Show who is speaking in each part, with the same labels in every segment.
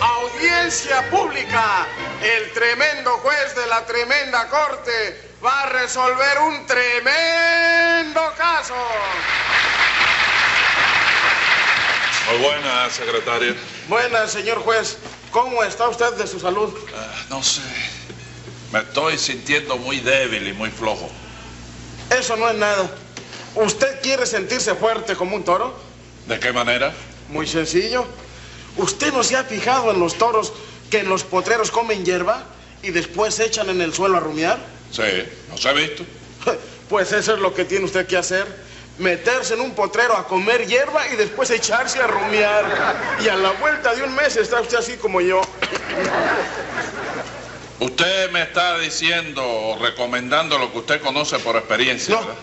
Speaker 1: Audiencia pública. El tremendo juez de la tremenda corte va a resolver un tremendo caso.
Speaker 2: Muy buena, secretaria. Eh,
Speaker 1: Buenas, señor juez. ¿Cómo está usted de su salud?
Speaker 2: Ah, no sé. Me estoy sintiendo muy débil y muy flojo.
Speaker 1: Eso no es nada. ¿Usted quiere sentirse fuerte como un toro?
Speaker 2: ¿De qué manera?
Speaker 1: Muy sencillo. ¿Usted no se ha fijado en los toros que en los potreros comen hierba y después se echan en el suelo a rumiar?
Speaker 2: Sí, ¿no se ha visto?
Speaker 1: Pues eso es lo que tiene usted que hacer. Meterse en un potrero a comer hierba y después echarse a rumiar. Y a la vuelta de un mes está usted así como yo.
Speaker 2: Usted me está diciendo o recomendando lo que usted conoce por experiencia,
Speaker 1: No,
Speaker 2: ¿verdad?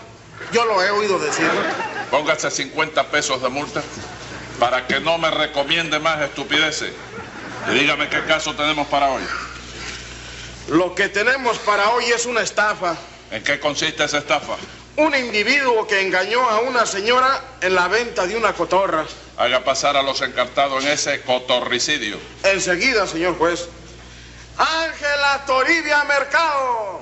Speaker 1: yo lo he oído decir.
Speaker 2: Póngase 50 pesos de multa para que no me recomiende más estupideces. Y dígame qué caso tenemos para hoy.
Speaker 1: Lo que tenemos para hoy es una estafa.
Speaker 2: ¿En qué consiste esa estafa?
Speaker 1: Un individuo que engañó a una señora en la venta de una cotorra.
Speaker 2: Haga pasar a los encartados en ese cotorricidio.
Speaker 1: Enseguida, señor juez. Ángela Toribia Mercado.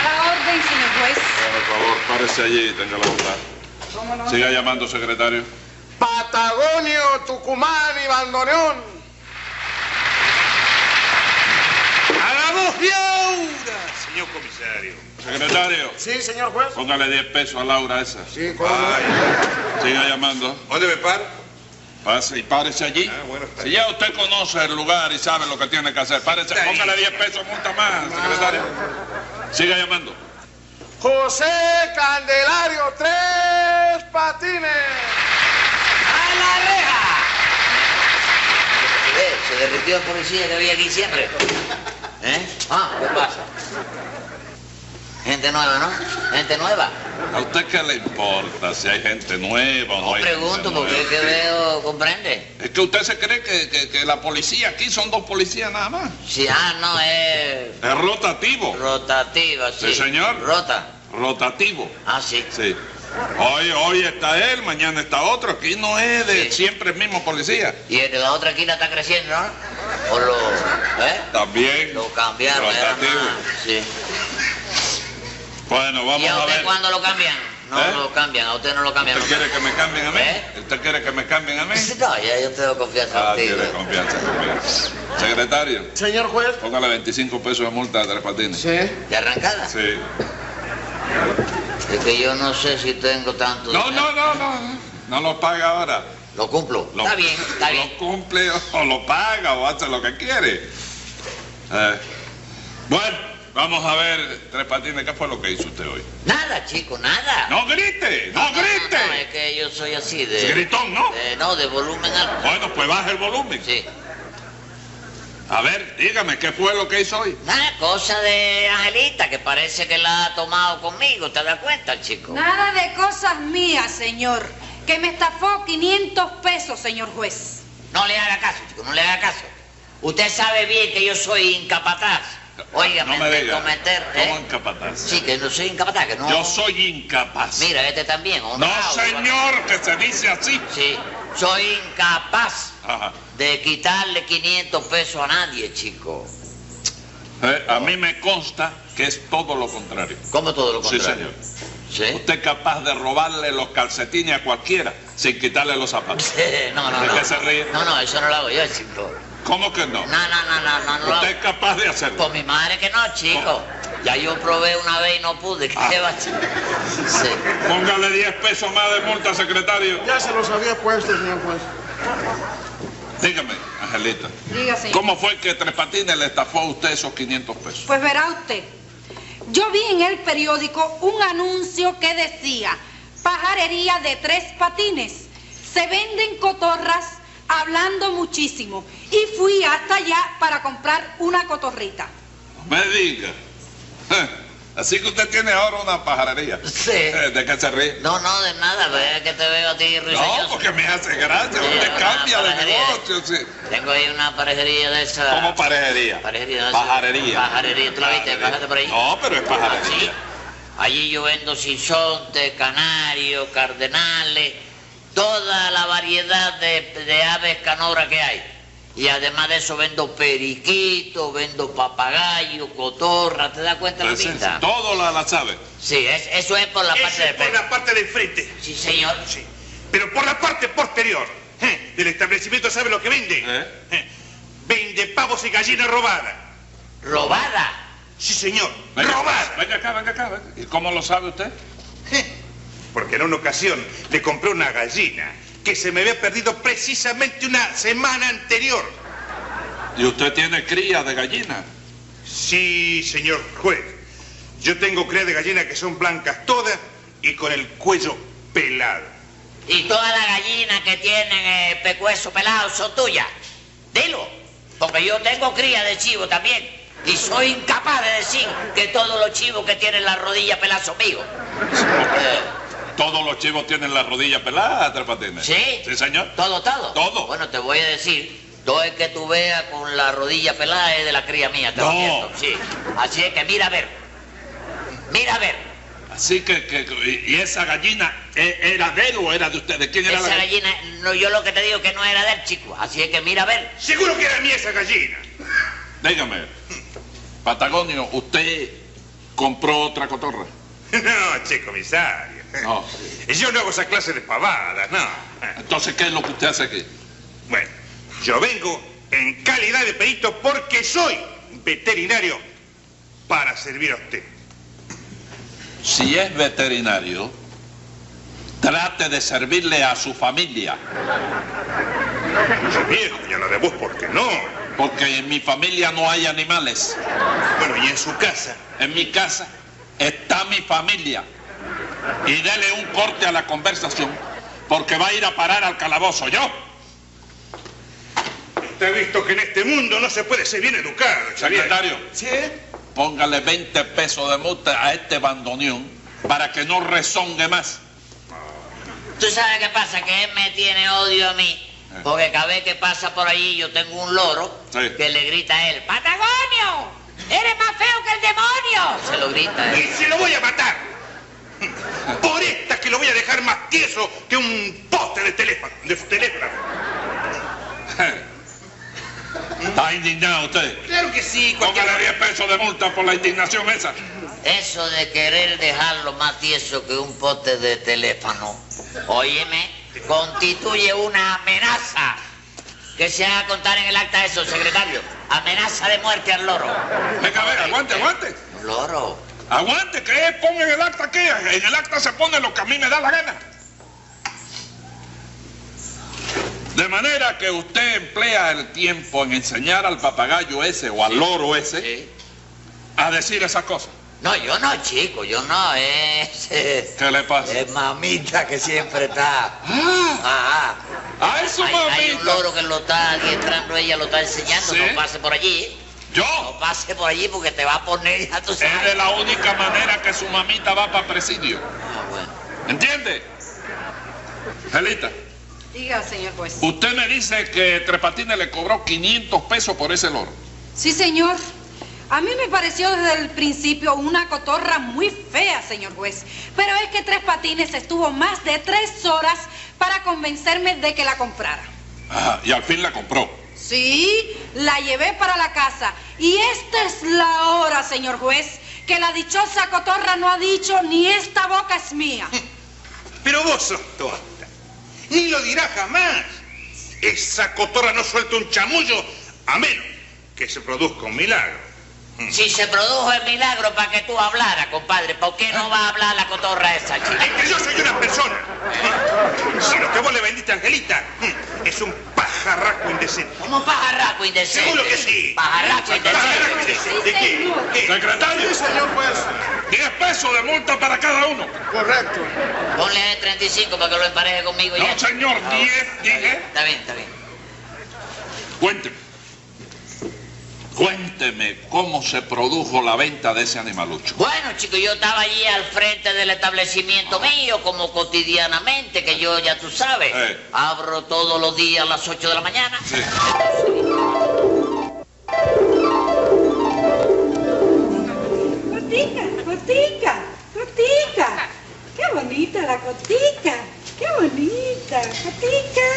Speaker 3: A la orden, señor juez.
Speaker 2: Por favor, párese allí y tenga la bondad. Siga llamando, secretario.
Speaker 1: Patagonio, Tucumán y Bandoneón.
Speaker 4: Hagamos Laura, señor comisario.
Speaker 2: Secretario,
Speaker 1: Sí, señor juez.
Speaker 2: póngale 10 pesos a Laura esa.
Speaker 1: Sí, cómo no.
Speaker 4: Ay,
Speaker 2: Siga llamando.
Speaker 4: ¿Dónde me paro?
Speaker 2: Pase y párese allí.
Speaker 4: Ah, bueno, está
Speaker 2: si ya usted conoce el lugar y sabe lo que tiene que hacer, párese,
Speaker 4: Está
Speaker 2: póngale 10 pesos, multa más, secretario. Siga llamando.
Speaker 1: José Candelario, tres patines.
Speaker 5: ¡A la reja!
Speaker 6: Eh, Se derritió el policía que había aquí siempre. ¿Eh? Ah, ¿qué pasa? Gente nueva, ¿no? Gente nueva.
Speaker 2: ¿A usted qué le importa si hay gente nueva o no, hay gente
Speaker 6: Pregunto
Speaker 2: nueva?
Speaker 6: porque es que veo, ¿comprende?
Speaker 2: Es que usted se cree que, que- que la policía aquí son dos policías nada más.
Speaker 6: Sí, ah, no, es
Speaker 2: Es rotativo.
Speaker 6: rotativa, sí.
Speaker 2: Sí, señor.
Speaker 6: Rota.
Speaker 2: Rotativo.
Speaker 6: Ah, sí.
Speaker 2: Sí. Hoy, hoy está él, mañana está otro. Aquí no es de
Speaker 6: Sí.
Speaker 2: siempre el mismo policía.
Speaker 6: Y el de la otra esquina está creciendo, ¿no? O lo... ¿Eh?
Speaker 2: También.
Speaker 6: Lo cambiaron, era
Speaker 2: Rotativo.
Speaker 6: más- Sí.
Speaker 2: Bueno,
Speaker 6: ¿Y
Speaker 2: vamos
Speaker 6: a
Speaker 2: a
Speaker 6: usted
Speaker 2: ver.
Speaker 6: cuándo lo cambian? No
Speaker 2: ¿Eh?
Speaker 6: lo cambian, a usted no lo cambian.
Speaker 2: ¿Usted quiere que me cambien a mí?
Speaker 6: ¿Eh?
Speaker 2: ¿Usted quiere que me cambien a mí?
Speaker 6: No, ya yo tengo confianza
Speaker 2: Ah,
Speaker 6: en ti.
Speaker 2: tiene confianza conmigo. Secretario,
Speaker 1: Señor juez.
Speaker 2: póngale 25 pesos de multa a Tres Patines.
Speaker 1: Sí.
Speaker 6: ¿De arrancada?
Speaker 2: Sí.
Speaker 6: Es que yo no sé si tengo tanto.
Speaker 2: No,
Speaker 6: dinero.
Speaker 2: no, no, no. No lo paga ahora.
Speaker 6: Lo cumplo.
Speaker 2: Lo-
Speaker 6: Está bien, está bien.
Speaker 2: Lo cumple o lo paga o hace lo que quiere. Eh, bueno, vamos a ver, Tres Patines, ¿qué fue lo que hizo usted hoy?
Speaker 6: Nada, chico, nada.
Speaker 2: ¡No grite! ¡No
Speaker 6: Ah, No, es
Speaker 2: grite!
Speaker 6: que yo soy así de.
Speaker 2: Gritón, ¿no?
Speaker 6: de- no, de volumen alto.
Speaker 2: Bueno, pues baja el volumen.
Speaker 6: Sí.
Speaker 2: A ver, dígame, ¿qué fue lo que hizo hoy?
Speaker 6: Nada, cosa de Angelita, que parece que la ha tomado conmigo, ¿te das cuenta, chico?
Speaker 3: Nada de cosas mías, señor. Que me estafó 500 pesos, señor juez.
Speaker 6: No le haga caso, chico, no le haga caso. Usted sabe bien que yo soy incapataz. Oiga,
Speaker 2: no me
Speaker 6: de
Speaker 2: diga.
Speaker 6: cometer. ¿eh?
Speaker 2: ¿Cómo incapataz?
Speaker 6: Sí, que no soy incapataz, que no.
Speaker 2: Yo soy incapaz.
Speaker 6: Mira, este también.
Speaker 2: No,
Speaker 6: honrado,
Speaker 2: señor, que se dice así.
Speaker 6: Sí, soy incapaz.
Speaker 2: Ajá.
Speaker 6: de quitarle 500 pesos a nadie, chico.
Speaker 2: Eh, a mí me consta que es todo lo contrario.
Speaker 6: Como todo lo
Speaker 2: Sí,
Speaker 6: contrario. ¿eh?
Speaker 2: señor.
Speaker 6: Sí,
Speaker 2: Usted es capaz de robarle los calcetines a cualquiera sin quitarle los zapatos.
Speaker 6: No, no,
Speaker 2: ¿De
Speaker 6: no.
Speaker 2: qué se ríe?
Speaker 6: No, no, eso no lo hago yo, chico.
Speaker 2: ¿Cómo que no?
Speaker 6: No, no, no, no, no, no lo
Speaker 2: Usted es
Speaker 6: hago.
Speaker 2: capaz de hacerlo.
Speaker 6: Con mi madre que no, chico. Ya yo probé una vez y no pude. ¿Qué
Speaker 2: Ah.
Speaker 6: va a hacer? Sí.
Speaker 2: Póngale 10 pesos más de multa, secretario.
Speaker 1: Ya se los había puesto, señor juez.
Speaker 2: Dígame, Angelita,
Speaker 3: Diga, señor.
Speaker 2: ¿cómo fue que Tres Patines le estafó a usted esos 500 pesos?
Speaker 3: Pues verá usted. Yo vi en el periódico un anuncio que decía, pajarería de tres patines. Se venden cotorras hablando muchísimo. Y fui hasta allá para comprar una cotorrita.
Speaker 2: Me diga. Eh, Así que usted tiene ahora una pajarería.
Speaker 6: Sí.
Speaker 2: Eh, ¿De qué se ríe?
Speaker 6: No, no, de nada, pues es que te veo a ti ruiseñor.
Speaker 2: No, porque me hace gracia.
Speaker 6: Sí,
Speaker 2: Usted
Speaker 6: una
Speaker 2: cambia de
Speaker 6: pajarería. Ah.
Speaker 2: negocio. sí.
Speaker 6: Tengo ahí una parejería de esa.
Speaker 2: ¿Cómo parejería?
Speaker 6: Parejería de esa-
Speaker 2: Pajarería.
Speaker 6: Pajarería, ¿tú la viste? ¿Pajaste por ahí?
Speaker 2: No, pero es
Speaker 6: Ah, sí.
Speaker 2: pajarería.
Speaker 6: Allí yo vendo sinsonte, canarios, cardenales, toda la variedad de, de aves canobras que hay. Y además de eso vendo periquito, vendo papagayo, cotorra, ¿te das cuenta la
Speaker 2: Entonces,
Speaker 6: pinta?
Speaker 2: Pues todo la, la sabe.
Speaker 6: Sí, es- eso es por la parte
Speaker 4: Ese
Speaker 6: de
Speaker 4: es por la parte del frente.
Speaker 6: Sí, señor.
Speaker 4: Sí. Pero por la parte posterior eh, del establecimiento, ¿sabe lo que vende?
Speaker 2: ¿Eh?
Speaker 4: Eh, Vende pavos y gallinas robadas.
Speaker 6: Robada.
Speaker 4: Sí, señor.
Speaker 2: Venga,
Speaker 4: Robadas.
Speaker 2: Venga acá, venga acá. venga. ¿Y cómo lo sabe usted?
Speaker 4: Eh, Porque en una ocasión le compré una gallina que se me había perdido precisamente una semana anterior.
Speaker 2: ¿Y usted tiene cría de gallina?
Speaker 4: Sí, señor juez. Yo tengo cría de gallina que son blancas todas y con el cuello pelado.
Speaker 6: Y todas las gallinas que tienen eh, pecueso pelado son tuyas. Dilo. Porque yo tengo cría de chivo también. Y soy incapaz de decir que todos los chivos que tienen la rodilla pelada son míos. Eh,
Speaker 2: Todos los chivos tienen la rodilla pelada, Tres Patines.
Speaker 6: ¿Sí?
Speaker 2: Sí, señor.
Speaker 6: Todo, todo.
Speaker 2: Todo.
Speaker 6: Bueno, te voy a decir. Todo el que tú veas con la rodilla pelada es de la cría mía, te lo
Speaker 2: No.
Speaker 6: advierto. Sí. Así es que mira a ver. Mira a ver.
Speaker 2: Así que, que- que- ¿y y esa gallina eh, era de él o era de usted? ¿De quién era
Speaker 6: Esa
Speaker 2: la gallina?
Speaker 6: gallina, no, yo lo que te digo que no era del chico. Así es que mira a ver.
Speaker 4: Seguro que era mía esa gallina.
Speaker 2: Dígame, Patagonio, ¿usted compró otra cotorra?
Speaker 4: No, che, comisario.
Speaker 2: No.
Speaker 4: Yo no hago esa clase de pavadas, no.
Speaker 2: Entonces, ¿qué es lo que usted hace aquí?
Speaker 4: Bueno, yo vengo en calidad de perito porque soy veterinario para servir a usted.
Speaker 2: Si es veterinario, trate de servirle a su familia,
Speaker 4: Yo viejo, ya la de vos, ¿por qué no?
Speaker 2: porque en mi familia no hay animales.
Speaker 4: Bueno, y en su casa.
Speaker 2: En mi casa está mi familia. Y dele un corte a la conversación, porque va a ir a parar al calabozo. ¿Yo?
Speaker 4: Te he visto que en este mundo no se puede ser bien educado, Xavier.
Speaker 2: Secretario,
Speaker 1: ¿Sí?
Speaker 2: póngale 20 pesos de multa a este bandoneón para que no rezongue más.
Speaker 6: ¿Tú sabes qué pasa? Que él me tiene odio a mí. Porque cada vez que pasa por allí yo tengo un loro
Speaker 2: Sí.
Speaker 6: que le grita a él. ¡Pata!
Speaker 3: ¡Patagonio! ¡Eres más feo que el demonio!
Speaker 6: Se lo grita a
Speaker 4: Y
Speaker 6: él.
Speaker 4: se lo voy a matar. Por esta que lo voy a dejar más tieso que un poste de teléfono. De teléfono.
Speaker 2: Está indignado usted.
Speaker 4: Claro que sí, cualquier...
Speaker 2: Póngale 10 pesos de multa por la indignación esa.
Speaker 6: Eso de querer dejarlo más tieso que un pote de teléfono, óyeme, constituye una amenaza que se haga contar en el acta eso, secretario. Amenaza de muerte al loro.
Speaker 2: Venga, a ver, aguante, aguante.
Speaker 6: Un loro.
Speaker 2: Aguante, que es, ponga en el acta que en el acta se pone lo que a mí me da la gana. De manera que usted emplea el tiempo en enseñar al papagayo ese o al loro ese
Speaker 6: Sí.
Speaker 2: a decir esas cosas.
Speaker 6: No, yo no, chico, yo no. Es, es,
Speaker 2: ¿Qué le pasa?
Speaker 6: es mamita que siempre está.
Speaker 2: Ah,
Speaker 6: Ajá.
Speaker 2: a eso,
Speaker 6: Hay, hay un
Speaker 2: mamita.
Speaker 6: loro que lo está adiestrando, ella lo está enseñando,
Speaker 2: Sí.
Speaker 6: no pase por allí. No
Speaker 2: Yo,
Speaker 6: pase por allí porque te va a poner, ya tú
Speaker 2: es de
Speaker 6: sabes.
Speaker 2: la única manera que su mamita va para presidio.
Speaker 6: Ah, bueno.
Speaker 2: ¿Entiende? Angelita,
Speaker 3: Diga, señor juez.
Speaker 2: usted me dice que Tres Patines le cobró 500 pesos por ese loro.
Speaker 3: Sí, señor. A mí me pareció desde el principio una cotorra muy fea, señor juez. Pero es que Tres Patines estuvo más de tres horas para convencerme de que la comprara.
Speaker 2: Ajá, y al fin la compró.
Speaker 3: Sí, la llevé para la casa. Y esta es la hora, señor juez, que la dichosa cotorra no ha dicho ni esta boca es mía.
Speaker 4: Pero vos sos tonta. Ni lo dirá jamás. Esa cotorra no suelta un chamullo a menos que se produzca un milagro.
Speaker 6: Si se produjo el milagro para que tú hablaras, compadre, ¿por qué no va a hablar la cotorra esa,
Speaker 4: Es
Speaker 6: chica?
Speaker 4: que yo soy una persona. Si lo que vos le vendiste a Angelita hmm, es un pajarraco indecente.
Speaker 6: Como un pajarraco indecente.
Speaker 4: Seguro que sí.
Speaker 6: Pajarraco
Speaker 4: Pajarraco
Speaker 6: indecente.
Speaker 4: indecente. ¿De qué? ¿Qué?
Speaker 2: Secretario,
Speaker 1: Sí, señor juez.
Speaker 2: 10 pesos de multa para cada uno.
Speaker 1: Correcto.
Speaker 6: Ponle a él 35 para que lo empareje conmigo ya.
Speaker 2: No, señor, 10, dije.
Speaker 6: Está bien, está bien.
Speaker 2: Cuénteme. Cuénteme cómo se produjo la venta de ese animalucho.
Speaker 6: Bueno, chico, yo estaba allí al frente del establecimiento mío, como cotidianamente, que yo ya tú sabes,
Speaker 2: Eh.
Speaker 6: abro todos los días a las 8 de la mañana.
Speaker 2: Sí.
Speaker 7: Cotica, cotica, cotica. Qué bonita la cotica. Qué bonita. Cotica,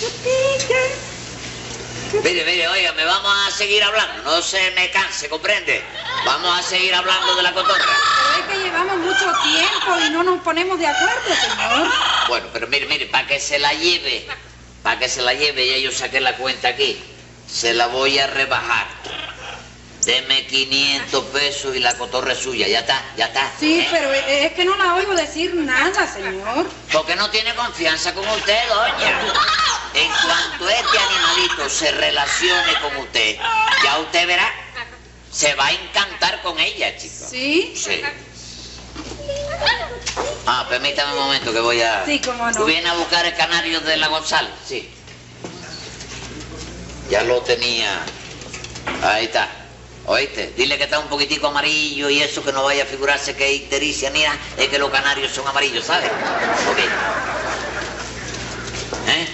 Speaker 7: cotica.
Speaker 6: Mire, mire, oiga, me vamos a seguir hablando, no se me canse, ¿comprende? Vamos a seguir hablando de la cotorra.
Speaker 3: Pero es que llevamos mucho tiempo y no nos ponemos de acuerdo, señor.
Speaker 6: Bueno, pero mire, mire, para que se la lleve, para que se la lleve, ya yo saqué la cuenta aquí, se la voy a rebajar. Deme 500 pesos y la cotorra es suya, ya está, ya está.
Speaker 3: Sí,
Speaker 6: ¿eh?
Speaker 3: pero es que no la oigo decir nada, señor.
Speaker 6: Porque no tiene confianza con usted, doña. En cuanto este animalito se relacione con usted, ya usted verá, se va a encantar con ella, chico.
Speaker 3: ¿Sí?
Speaker 6: Sí. Ah, permítame un momento que voy a...
Speaker 3: Sí, cómo no.
Speaker 6: Viene a buscar el canario de la González, sí. Ya lo tenía. Ahí está. ¿Oíste? Dile que está un poquitico amarillo y eso que no vaya a figurarse que es ictericia ni nada, es que los canarios son amarillos, ¿sabes? Ok. ¿Eh?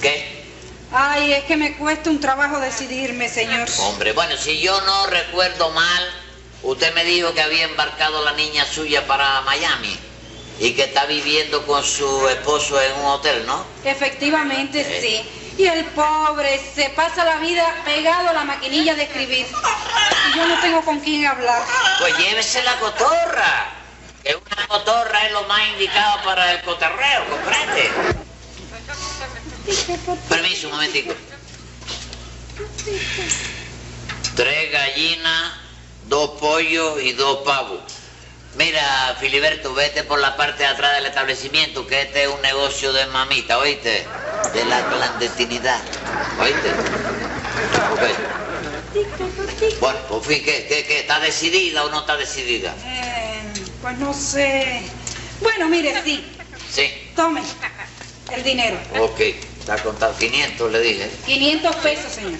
Speaker 6: ¿Qué?
Speaker 3: Ay, es que me cuesta un trabajo decidirme, señor.
Speaker 6: Hombre, bueno, si yo no recuerdo mal, usted me dijo que había embarcado la niña suya para Miami y que está viviendo con su esposo en un hotel, ¿no?
Speaker 3: Efectivamente, sí. Y el pobre se pasa la vida pegado a la maquinilla de escribir. Y yo no tengo con quién hablar.
Speaker 6: Pues llévese la cotorra. Que una cotorra es lo más indicado para el cotorreo, ¿comprende? Permiso, un momentico. Tres gallinas, dos pollos y dos pavos. Mira, Filiberto, vete por la parte de atrás del establecimiento, que este es un negocio de mamita, ¿oíste? De la clandestinidad, ¿oíste? Ok.
Speaker 7: Cotica, cotica.
Speaker 6: Bueno, por fin, ¿qué, qué, qué? ¿Está decidida o no está decidida?
Speaker 3: Eh, pues no sé. Bueno, mire, sí.
Speaker 6: Sí.
Speaker 3: Tome el dinero.
Speaker 6: Ok, está contado 500, le dije.
Speaker 3: 500 pesos, señor.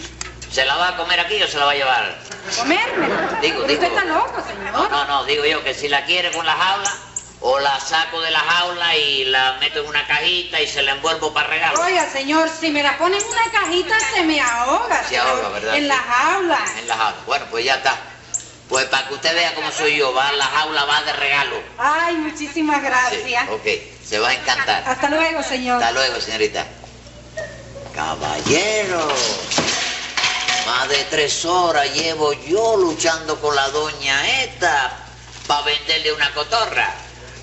Speaker 6: ¿Se la va a comer aquí o se la va a llevar?
Speaker 3: Comérmelo.
Speaker 6: Digo,
Speaker 3: Pero
Speaker 6: digo.
Speaker 3: Usted está loco,
Speaker 6: No,
Speaker 3: señor.
Speaker 6: no, no, digo yo que si la quiere con la jaula, o la saco de la jaula y la meto en una cajita y se la envuelvo para regalo.
Speaker 3: Oiga, señor, si me la ponen en una cajita se me ahoga.
Speaker 6: Se
Speaker 3: señor.
Speaker 6: ahoga, ¿verdad?
Speaker 3: En la jaula.
Speaker 6: En la jaula. Bueno, pues ya está. Pues para que usted vea cómo soy yo, va la jaula, va de regalo.
Speaker 3: Ay, muchísimas
Speaker 6: Sí,
Speaker 3: gracias.
Speaker 6: Ok, se va a encantar.
Speaker 3: Hasta luego, señor.
Speaker 6: Hasta luego, señorita. Caballero. Más de tres horas llevo yo luchando con la doña esta para venderle una cotorra.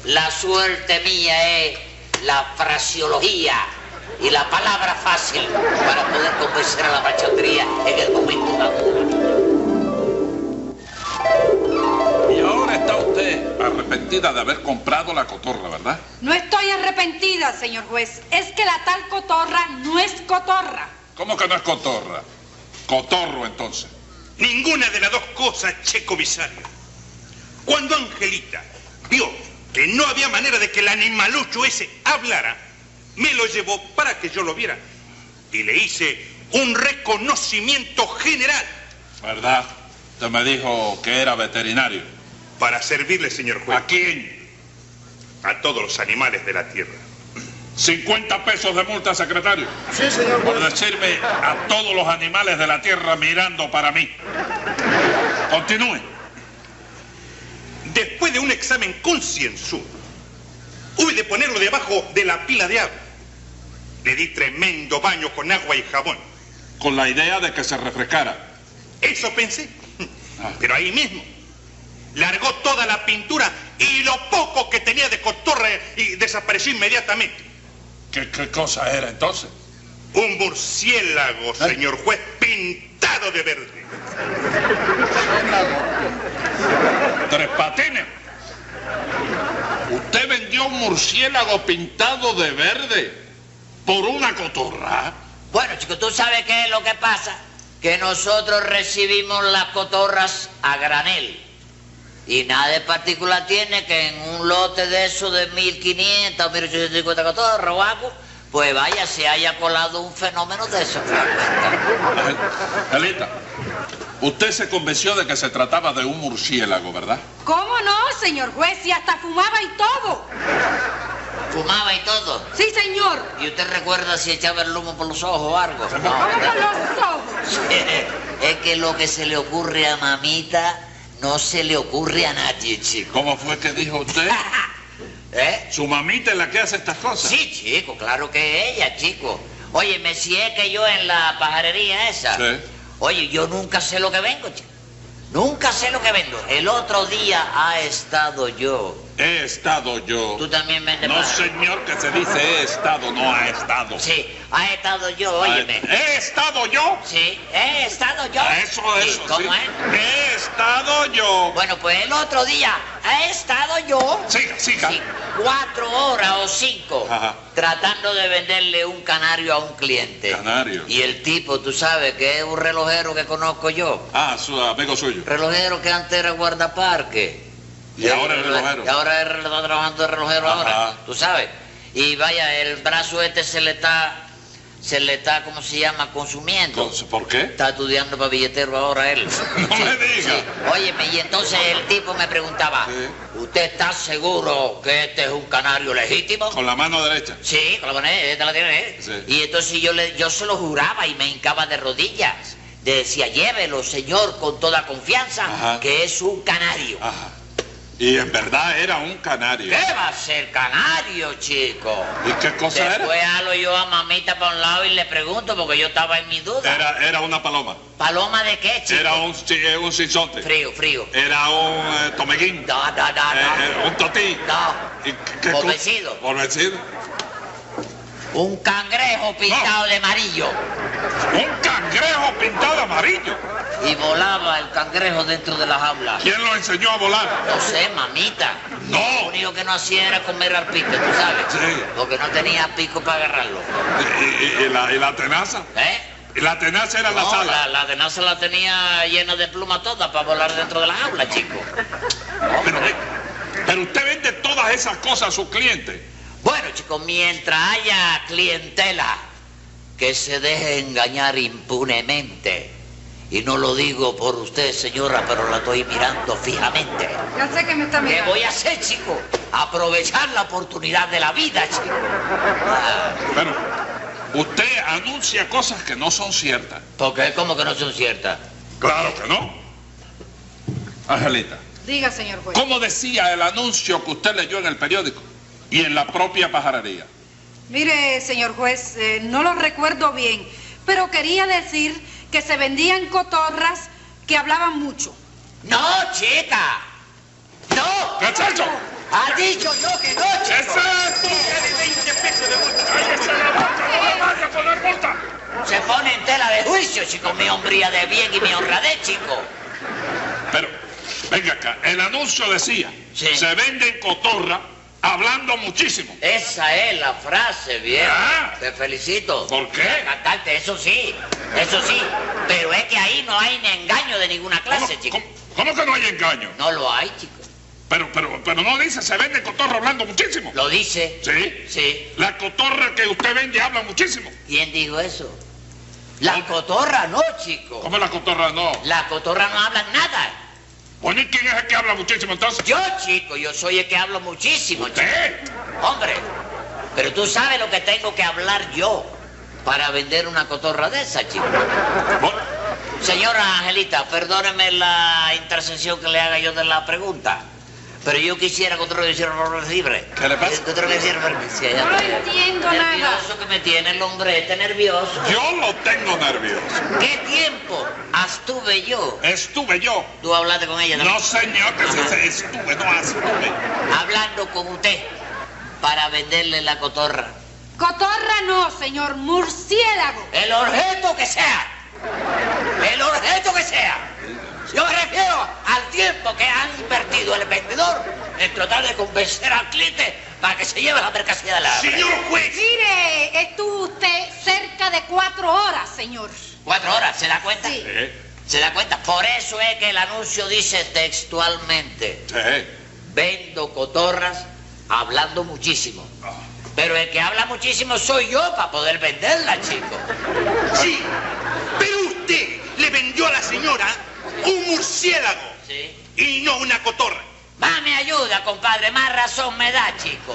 Speaker 6: La suerte mía es la fraseología y la palabra fácil para poder convencer a la machotería en el momento dado.
Speaker 2: Y ahora está usted arrepentida de haber comprado la cotorra, ¿verdad?
Speaker 3: No estoy arrepentida, señor juez. Es que la tal cotorra no es cotorra.
Speaker 2: ¿Cómo que no es cotorra? Cotorro, entonces.
Speaker 4: Ninguna de las dos cosas, che comisario. Cuando Angelita vio que no había manera de que el animalucho ese hablara, me lo llevó para que yo lo viera y le hice un reconocimiento general
Speaker 2: ¿Verdad? Usted me dijo que era veterinario.
Speaker 4: para servirle, señor juez,
Speaker 2: ¿A quién?
Speaker 4: a todos los animales de la tierra.
Speaker 2: 50 pesos de multa, secretario.
Speaker 1: Sí, señor
Speaker 2: Por
Speaker 1: juez.
Speaker 2: decirme a todos los animales de la tierra mirando para mí. Continúe.
Speaker 4: Después de un examen concienzudo, hube de ponerlo debajo de la pila de agua. Le di tremendo baño con agua y jabón.
Speaker 2: Con la idea de que se refrescara.
Speaker 4: Eso pensé.
Speaker 2: Ah.
Speaker 4: Pero ahí mismo. Largó toda la pintura y lo poco que tenía de cotorra y desapareció inmediatamente.
Speaker 2: ¿Qué, qué cosa era entonces?
Speaker 4: Un murciélago, señor juez, pintado de verde.
Speaker 2: Tres patines. Usted vendió un murciélago pintado de verde por una cotorra.
Speaker 6: Bueno, chicos, ¿tú sabes qué es lo que pasa? Que nosotros recibimos las cotorras a granel. Y nada de particular tiene que en un lote de esos de 1500 o 1850 cotorras o algo, pues vaya, se haya colado un fenómeno de esos.
Speaker 2: Angelita, Usted se convenció de que se trataba de un murciélago, ¿verdad?
Speaker 3: ¿Cómo no, señor juez? Si hasta fumaba y todo.
Speaker 6: Fumaba y todo.
Speaker 3: Sí, señor.
Speaker 6: ¿Y usted recuerda si echaba el humo por los ojos o algo? No,
Speaker 3: ¿Cómo
Speaker 6: ¿verdad?
Speaker 3: con los ojos?
Speaker 6: es que lo que se le ocurre a mamita no se le ocurre a nadie, chico.
Speaker 2: ¿Cómo fue que dijo usted?
Speaker 6: ¿Eh?
Speaker 2: ¿Su mamita es la que hace estas cosas?
Speaker 6: Sí, chico, claro que ella, chico. Oye, me si es que yo en la pajarería esa.
Speaker 2: Sí.
Speaker 6: Oye, yo nunca sé lo que vengo, chico. Nunca sé lo que vendo. El otro día ha estado yo.
Speaker 2: He estado yo.
Speaker 6: Tú también vendes
Speaker 2: No,
Speaker 6: pájaros.
Speaker 2: señor, que se dice he estado, no ha estado.
Speaker 6: Sí, ha estado yo,
Speaker 2: Ha-
Speaker 6: óyeme.
Speaker 2: ¿He estado yo?
Speaker 6: Sí, he estado yo.
Speaker 2: eh. Ah, Eso,
Speaker 6: Sí,
Speaker 2: eso,
Speaker 6: ¿Cómo
Speaker 2: sí.
Speaker 6: es?
Speaker 2: He estado yo.
Speaker 6: Bueno, pues el otro día he estado yo
Speaker 2: Siga, siga.
Speaker 6: sí, cuatro horas o cinco
Speaker 2: Ajá.
Speaker 6: tratando de venderle un canario a un cliente.
Speaker 2: Canario.
Speaker 6: Y el tipo, tú sabes, que es un relojero que conozco yo.
Speaker 2: Ah, su amigo suyo.
Speaker 6: Relojero que antes era guardaparque.
Speaker 2: Y ahora es
Speaker 6: relo-
Speaker 2: relojero.
Speaker 6: Y ahora es relo- está trabajando de relojero
Speaker 2: Ajá.
Speaker 6: ahora, tú sabes. Y vaya, el brazo este se le está, se le está, ¿cómo se llama? Consumiendo.
Speaker 2: Entonces, ¿Por qué?
Speaker 6: Está estudiando para billetero ahora él.
Speaker 2: No me diga.
Speaker 6: Óyeme, y entonces el tipo me preguntaba,
Speaker 2: Sí.
Speaker 6: ¿usted está seguro que este es un canario legítimo?
Speaker 2: Con la mano derecha.
Speaker 6: Sí, con la moneda, esta la tiene él.
Speaker 2: Sí.
Speaker 6: Y entonces yo, le, yo se lo juraba y me hincaba de rodillas. Decía, llévelo, señor, con toda confianza,
Speaker 2: Ajá. Ah,
Speaker 6: que es un canario.
Speaker 2: Ajá. Y en verdad era un canario.
Speaker 6: ¿Qué va a ser canario, chico?
Speaker 2: ¿Y qué cosa era?
Speaker 6: Después halo yo a mamita para un lado y le pregunto, porque yo estaba en mi duda.
Speaker 2: Era, era una paloma.
Speaker 6: ¿Paloma de qué, chico?
Speaker 2: Era un, chi- eh, un sisote.
Speaker 6: Frío, frío.
Speaker 2: Era un eh, tomeguín.
Speaker 6: No, no, no,
Speaker 2: Eh,
Speaker 6: Ah, no.
Speaker 2: eh, un totí.
Speaker 6: No.
Speaker 2: ¿Y qué- qué cosa?
Speaker 6: Convencido.
Speaker 2: Convencido.
Speaker 6: Un cangrejo pintado de amarillo.
Speaker 2: Un cangrejo pintado de amarillo.
Speaker 6: Y volaba el cangrejo dentro de la jaula.
Speaker 2: ¿Quién lo enseñó a volar?
Speaker 6: No sé, mamita.
Speaker 2: No.
Speaker 6: Lo único que no hacía era comer al pico, tú sabes.
Speaker 2: Sí.
Speaker 6: Porque no tenía pico para agarrarlo.
Speaker 2: Eh, ¿Y, y- y la, y la tenaza?
Speaker 6: ¿Eh?
Speaker 2: ¿Y la tenaza era la
Speaker 6: No,
Speaker 2: sala?
Speaker 6: La, la tenaza la tenía llena de plumas todas para volar dentro de la jaula, chico.
Speaker 2: Pero,
Speaker 6: Hombre.
Speaker 2: pero usted vende todas esas cosas a sus clientes.
Speaker 6: Bueno, chicos, mientras haya clientela que se deje engañar impunemente, y no lo digo por usted, señora, pero la estoy mirando fijamente.
Speaker 3: Ya sé que me está
Speaker 6: ¿Qué
Speaker 3: mirando.
Speaker 6: voy a hacer, chico? Aprovechar la oportunidad de la vida, chico. Ah,
Speaker 2: Bueno, usted anuncia cosas que no son ciertas.
Speaker 6: porque como que no son ciertas.
Speaker 2: Claro que no. Angelita,
Speaker 3: Diga, señor juez.
Speaker 2: ¿cómo decía el anuncio que usted leyó en el periódico y en la propia pajarería?
Speaker 3: Mire, señor juez, eh, no lo recuerdo bien, pero quería decir que se vendían cotorras que hablaban mucho.
Speaker 6: ¡No, chica! ¡No!
Speaker 2: ¿Qué es eso?
Speaker 6: ¡Ha dicho yo que no,
Speaker 2: ¿Qué es
Speaker 6: chico!
Speaker 2: esto?
Speaker 4: Tiene 20 pesos de multa.
Speaker 2: ¡Cállese la boca! ¡No me vaya a poner multa!
Speaker 6: Se pone en tela de juicio, chico, mi hombría de bien y mi honradez, chico.
Speaker 2: Pero, venga acá, el anuncio decía,
Speaker 6: Sí.
Speaker 2: se venden cotorra hablando muchísimo.
Speaker 6: Esa es la frase, viejo.
Speaker 2: Ah.
Speaker 6: Te felicito.
Speaker 2: ¿Por qué?
Speaker 6: Por cantarte, eso sí, eso sí. Pero es que ahí no hay ni engaño de ninguna
Speaker 2: ¿Cómo,
Speaker 6: clase, chico.
Speaker 2: cómo- cómo que no hay engaño?
Speaker 6: No lo hay, chico.
Speaker 2: Pero, pero, pero no dice, se vende cotorra hablando muchísimo.
Speaker 6: Lo dice.
Speaker 2: ¿Sí?
Speaker 6: Sí.
Speaker 2: La cotorra que usted vende habla muchísimo.
Speaker 6: ¿Quién dijo eso? La cotorra no, chico.
Speaker 2: ¿Cómo la cotorra no?
Speaker 6: La cotorra no habla nada.
Speaker 2: Bueno, ¿y quién es el que habla muchísimo entonces?
Speaker 6: Yo, chico, yo soy el que hablo muchísimo, chico.
Speaker 2: ¿Usted?
Speaker 6: Hombre, pero tú sabes lo que tengo que hablar yo para vender una cotorra de esa, chico.
Speaker 2: Bueno,
Speaker 6: Señora Angelita, perdóneme la intercesión que le haga yo de la pregunta, pero yo quisiera que otro hiciera un libre.
Speaker 2: ¿Qué le pasa?
Speaker 6: Que otro le hiciera un sí,
Speaker 3: No lo
Speaker 6: allá.
Speaker 3: entiendo nada.
Speaker 6: Nervioso que me tiene el hombre este nervioso.
Speaker 2: Yo lo tengo nervioso.
Speaker 6: ¿Qué tiempo estuve yo?
Speaker 2: Estuve yo.
Speaker 6: Tú hablaste con ella,
Speaker 2: No, señor, que se, se estuve, no
Speaker 6: Ah.
Speaker 2: estuve.
Speaker 6: Hablando con usted para venderle la cotorra.
Speaker 3: Cotorra no, señor, murciélago.
Speaker 6: El objeto que sea. El objeto que sea. Yo me refiero al tiempo que ha invertido el vendedor en tratar de convencer al cliente para que se lleve la mercancía de la.
Speaker 4: Señor juez,
Speaker 3: Mire, estuvo usted cerca de cuatro horas, señor.
Speaker 6: Cuatro horas, ¿se da cuenta?
Speaker 3: Sí.
Speaker 6: ¿Se da cuenta? Por eso es que el anuncio dice textualmente,
Speaker 2: Sí.
Speaker 6: vendo cotorras hablando muchísimo. Pero el que habla muchísimo soy yo para poder venderla, chico.
Speaker 4: sí. Pero usted le vendió a la señora un murciélago
Speaker 6: Sí.
Speaker 4: y no una cotorra.
Speaker 6: Va, me ayuda, compadre. Más razón me da, chico.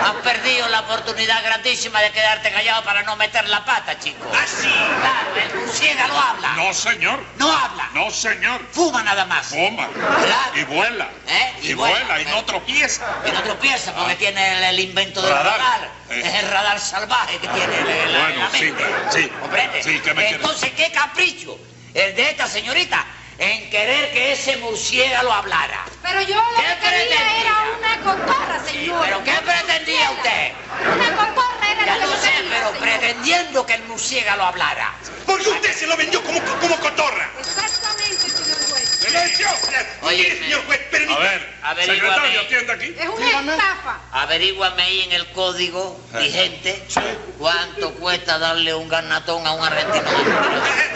Speaker 6: Has perdido la oportunidad grandísima de quedarte callado para no meter la pata, chico.
Speaker 4: Así.
Speaker 6: Claro, el murciélago habla.
Speaker 2: Ah, No, señor.
Speaker 6: No habla.
Speaker 2: No, señor.
Speaker 6: Fuma nada más.
Speaker 2: Fuma.
Speaker 6: Claro.
Speaker 2: Y vuela.
Speaker 6: ¿Eh?
Speaker 2: Y, vuela, y no tropieza.
Speaker 6: Y no tropieza porque tiene el, el invento del radar.
Speaker 2: Ah. Radar. Eh.
Speaker 6: Es el radar salvaje que tiene el, el- la-
Speaker 2: Bueno,
Speaker 6: la
Speaker 2: sí,
Speaker 6: mente.
Speaker 2: pero- sí.
Speaker 6: ¿Comprende?
Speaker 2: Sí, ¿qué me quieres?
Speaker 6: Entonces, ¿qué capricho el de esta señorita en querer que ese murciélago hablara?
Speaker 3: Pero yo lo
Speaker 6: ¿Qué
Speaker 3: que quería
Speaker 6: pretendía?
Speaker 3: era una cotorra,
Speaker 6: Sí,
Speaker 3: señor.
Speaker 6: pero ¿qué pretendía usted?
Speaker 3: Una cotorra era
Speaker 6: Ya
Speaker 3: lo
Speaker 6: lo
Speaker 3: que yo
Speaker 6: sé,
Speaker 3: quería,
Speaker 6: pero
Speaker 3: señor.
Speaker 6: pretendiendo que el murciélago hablara.
Speaker 4: Porque usted se lo vendió como, como cotorra.
Speaker 3: Exactamente, señor juez.
Speaker 4: Se lo vendió.
Speaker 6: Oye,
Speaker 4: Mire, señor juez,
Speaker 2: A
Speaker 4: permítame.
Speaker 2: ver,
Speaker 6: Averíguame.
Speaker 2: secretario, atienda aquí.
Speaker 3: Es una
Speaker 1: Dígame.
Speaker 3: estafa.
Speaker 6: Averíguame ahí en el código vigente cuánto cuesta darle un garnatón a un argentino.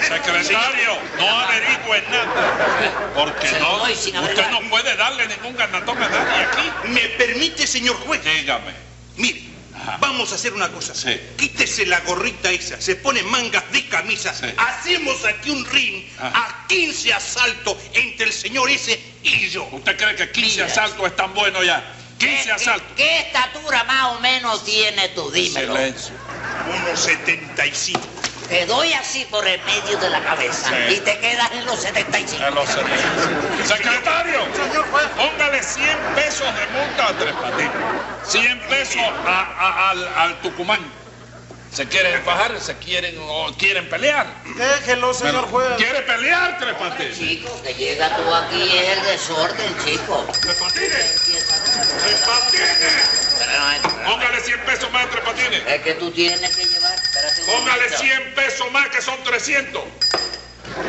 Speaker 2: Secretario, no averigüe nada. Porque
Speaker 6: Se lo
Speaker 2: no,
Speaker 6: doy sin
Speaker 2: usted
Speaker 6: averiguar.
Speaker 2: no puede darle ningún ganatón a nadie aquí.
Speaker 4: ¿Me permite, señor juez?
Speaker 2: Dígame.
Speaker 4: Mire,
Speaker 2: Ajá.
Speaker 4: vamos a hacer una cosa.
Speaker 2: Sí.
Speaker 4: Quítese la gorrita esa, se pone mangas de camisa.
Speaker 2: Sí. Ah.
Speaker 4: Hacemos aquí un ring
Speaker 2: Ajá.
Speaker 4: a 15 asaltos entre el señor ese y yo.
Speaker 2: ¿Usted cree que 15
Speaker 6: Mira. Eh,
Speaker 2: asaltos es tan bueno ya? 15 asaltos.
Speaker 6: ¿Qué estatura más o menos tiene tú? Dímelo.
Speaker 2: Silencio.
Speaker 4: 1.75.
Speaker 6: Te doy así por el medio de la cabeza
Speaker 2: Sí.
Speaker 6: y te quedas en los 75.
Speaker 2: A los servicios. Secretario,
Speaker 1: Señor juez.
Speaker 2: póngale 100 pesos de multa a Tres Patines. 100 pesos a- a- al, al Tucumán. Se quieren bajar, se quieren, o quieren pelear.
Speaker 1: Déjelo, señor juez.
Speaker 2: ¿Quiere pelear, Tres Patines?
Speaker 6: Chico, que llega tú aquí es el desorden, chico.
Speaker 2: Tres Patines, Tres Patines. Póngale 100 pesos más a Tres Patines.
Speaker 6: Es que tú tienes que llevar. Espérate un
Speaker 2: Póngale
Speaker 6: momento.
Speaker 2: 100 pesos más que son 300.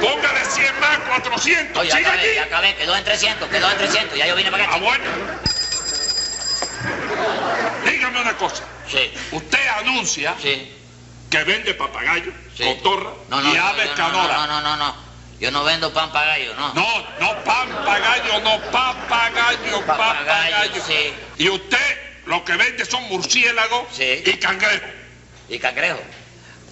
Speaker 2: Póngale 100 más, 400.
Speaker 6: Oye,
Speaker 2: Sigue
Speaker 6: acabé, ya
Speaker 2: allí.
Speaker 6: acabé, quedó en 300, quedó en 300, ya yo vine para acá.
Speaker 2: Ah, bueno. Dígame una cosa.
Speaker 6: Sí,
Speaker 2: Usted anuncia
Speaker 6: sí,
Speaker 2: que vende papagayo,
Speaker 6: sí.
Speaker 2: cotorra
Speaker 6: No, no,
Speaker 2: y
Speaker 6: no,
Speaker 2: aves
Speaker 6: yo no, No,
Speaker 2: canoras.
Speaker 6: no, no, no, yo no vendo pan pagayo, no.
Speaker 2: No, no, papagayo, no, papagayo,
Speaker 6: Papagayo,
Speaker 2: papagayo.
Speaker 6: sí.
Speaker 2: Y usted lo que vende son murciélagos
Speaker 6: Sí.
Speaker 2: y cangrejos.
Speaker 6: Y cangrejo.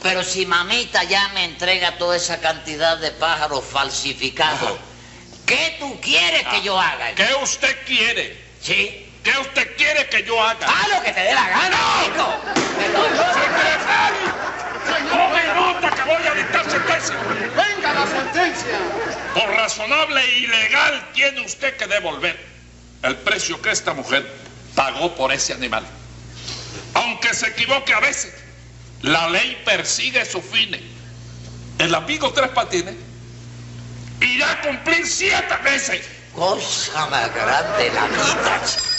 Speaker 6: Pero si mamita ya me entrega toda esa cantidad de pájaros falsificados,
Speaker 2: Ajá. Ah.
Speaker 6: ¿qué tú quieres que yo haga?
Speaker 2: ¿Qué usted quiere?
Speaker 6: ¿Sí?
Speaker 2: ¿Qué usted quiere que yo haga?
Speaker 6: ¡Ah, lo que te dé la gana, chico! Perdón.
Speaker 2: ¡Secretario! ¡Tome nota que voy a dictar sentencia!
Speaker 1: Venga la sentencia.
Speaker 2: Por razonable e ilegal tiene usted que devolver el precio que esta mujer pagó por ese animal. Aunque se equivoque a veces, la ley persigue sus fines. El amigo Tres Patines irá a cumplir siete veces.
Speaker 6: Cosa más grande la vida, chico.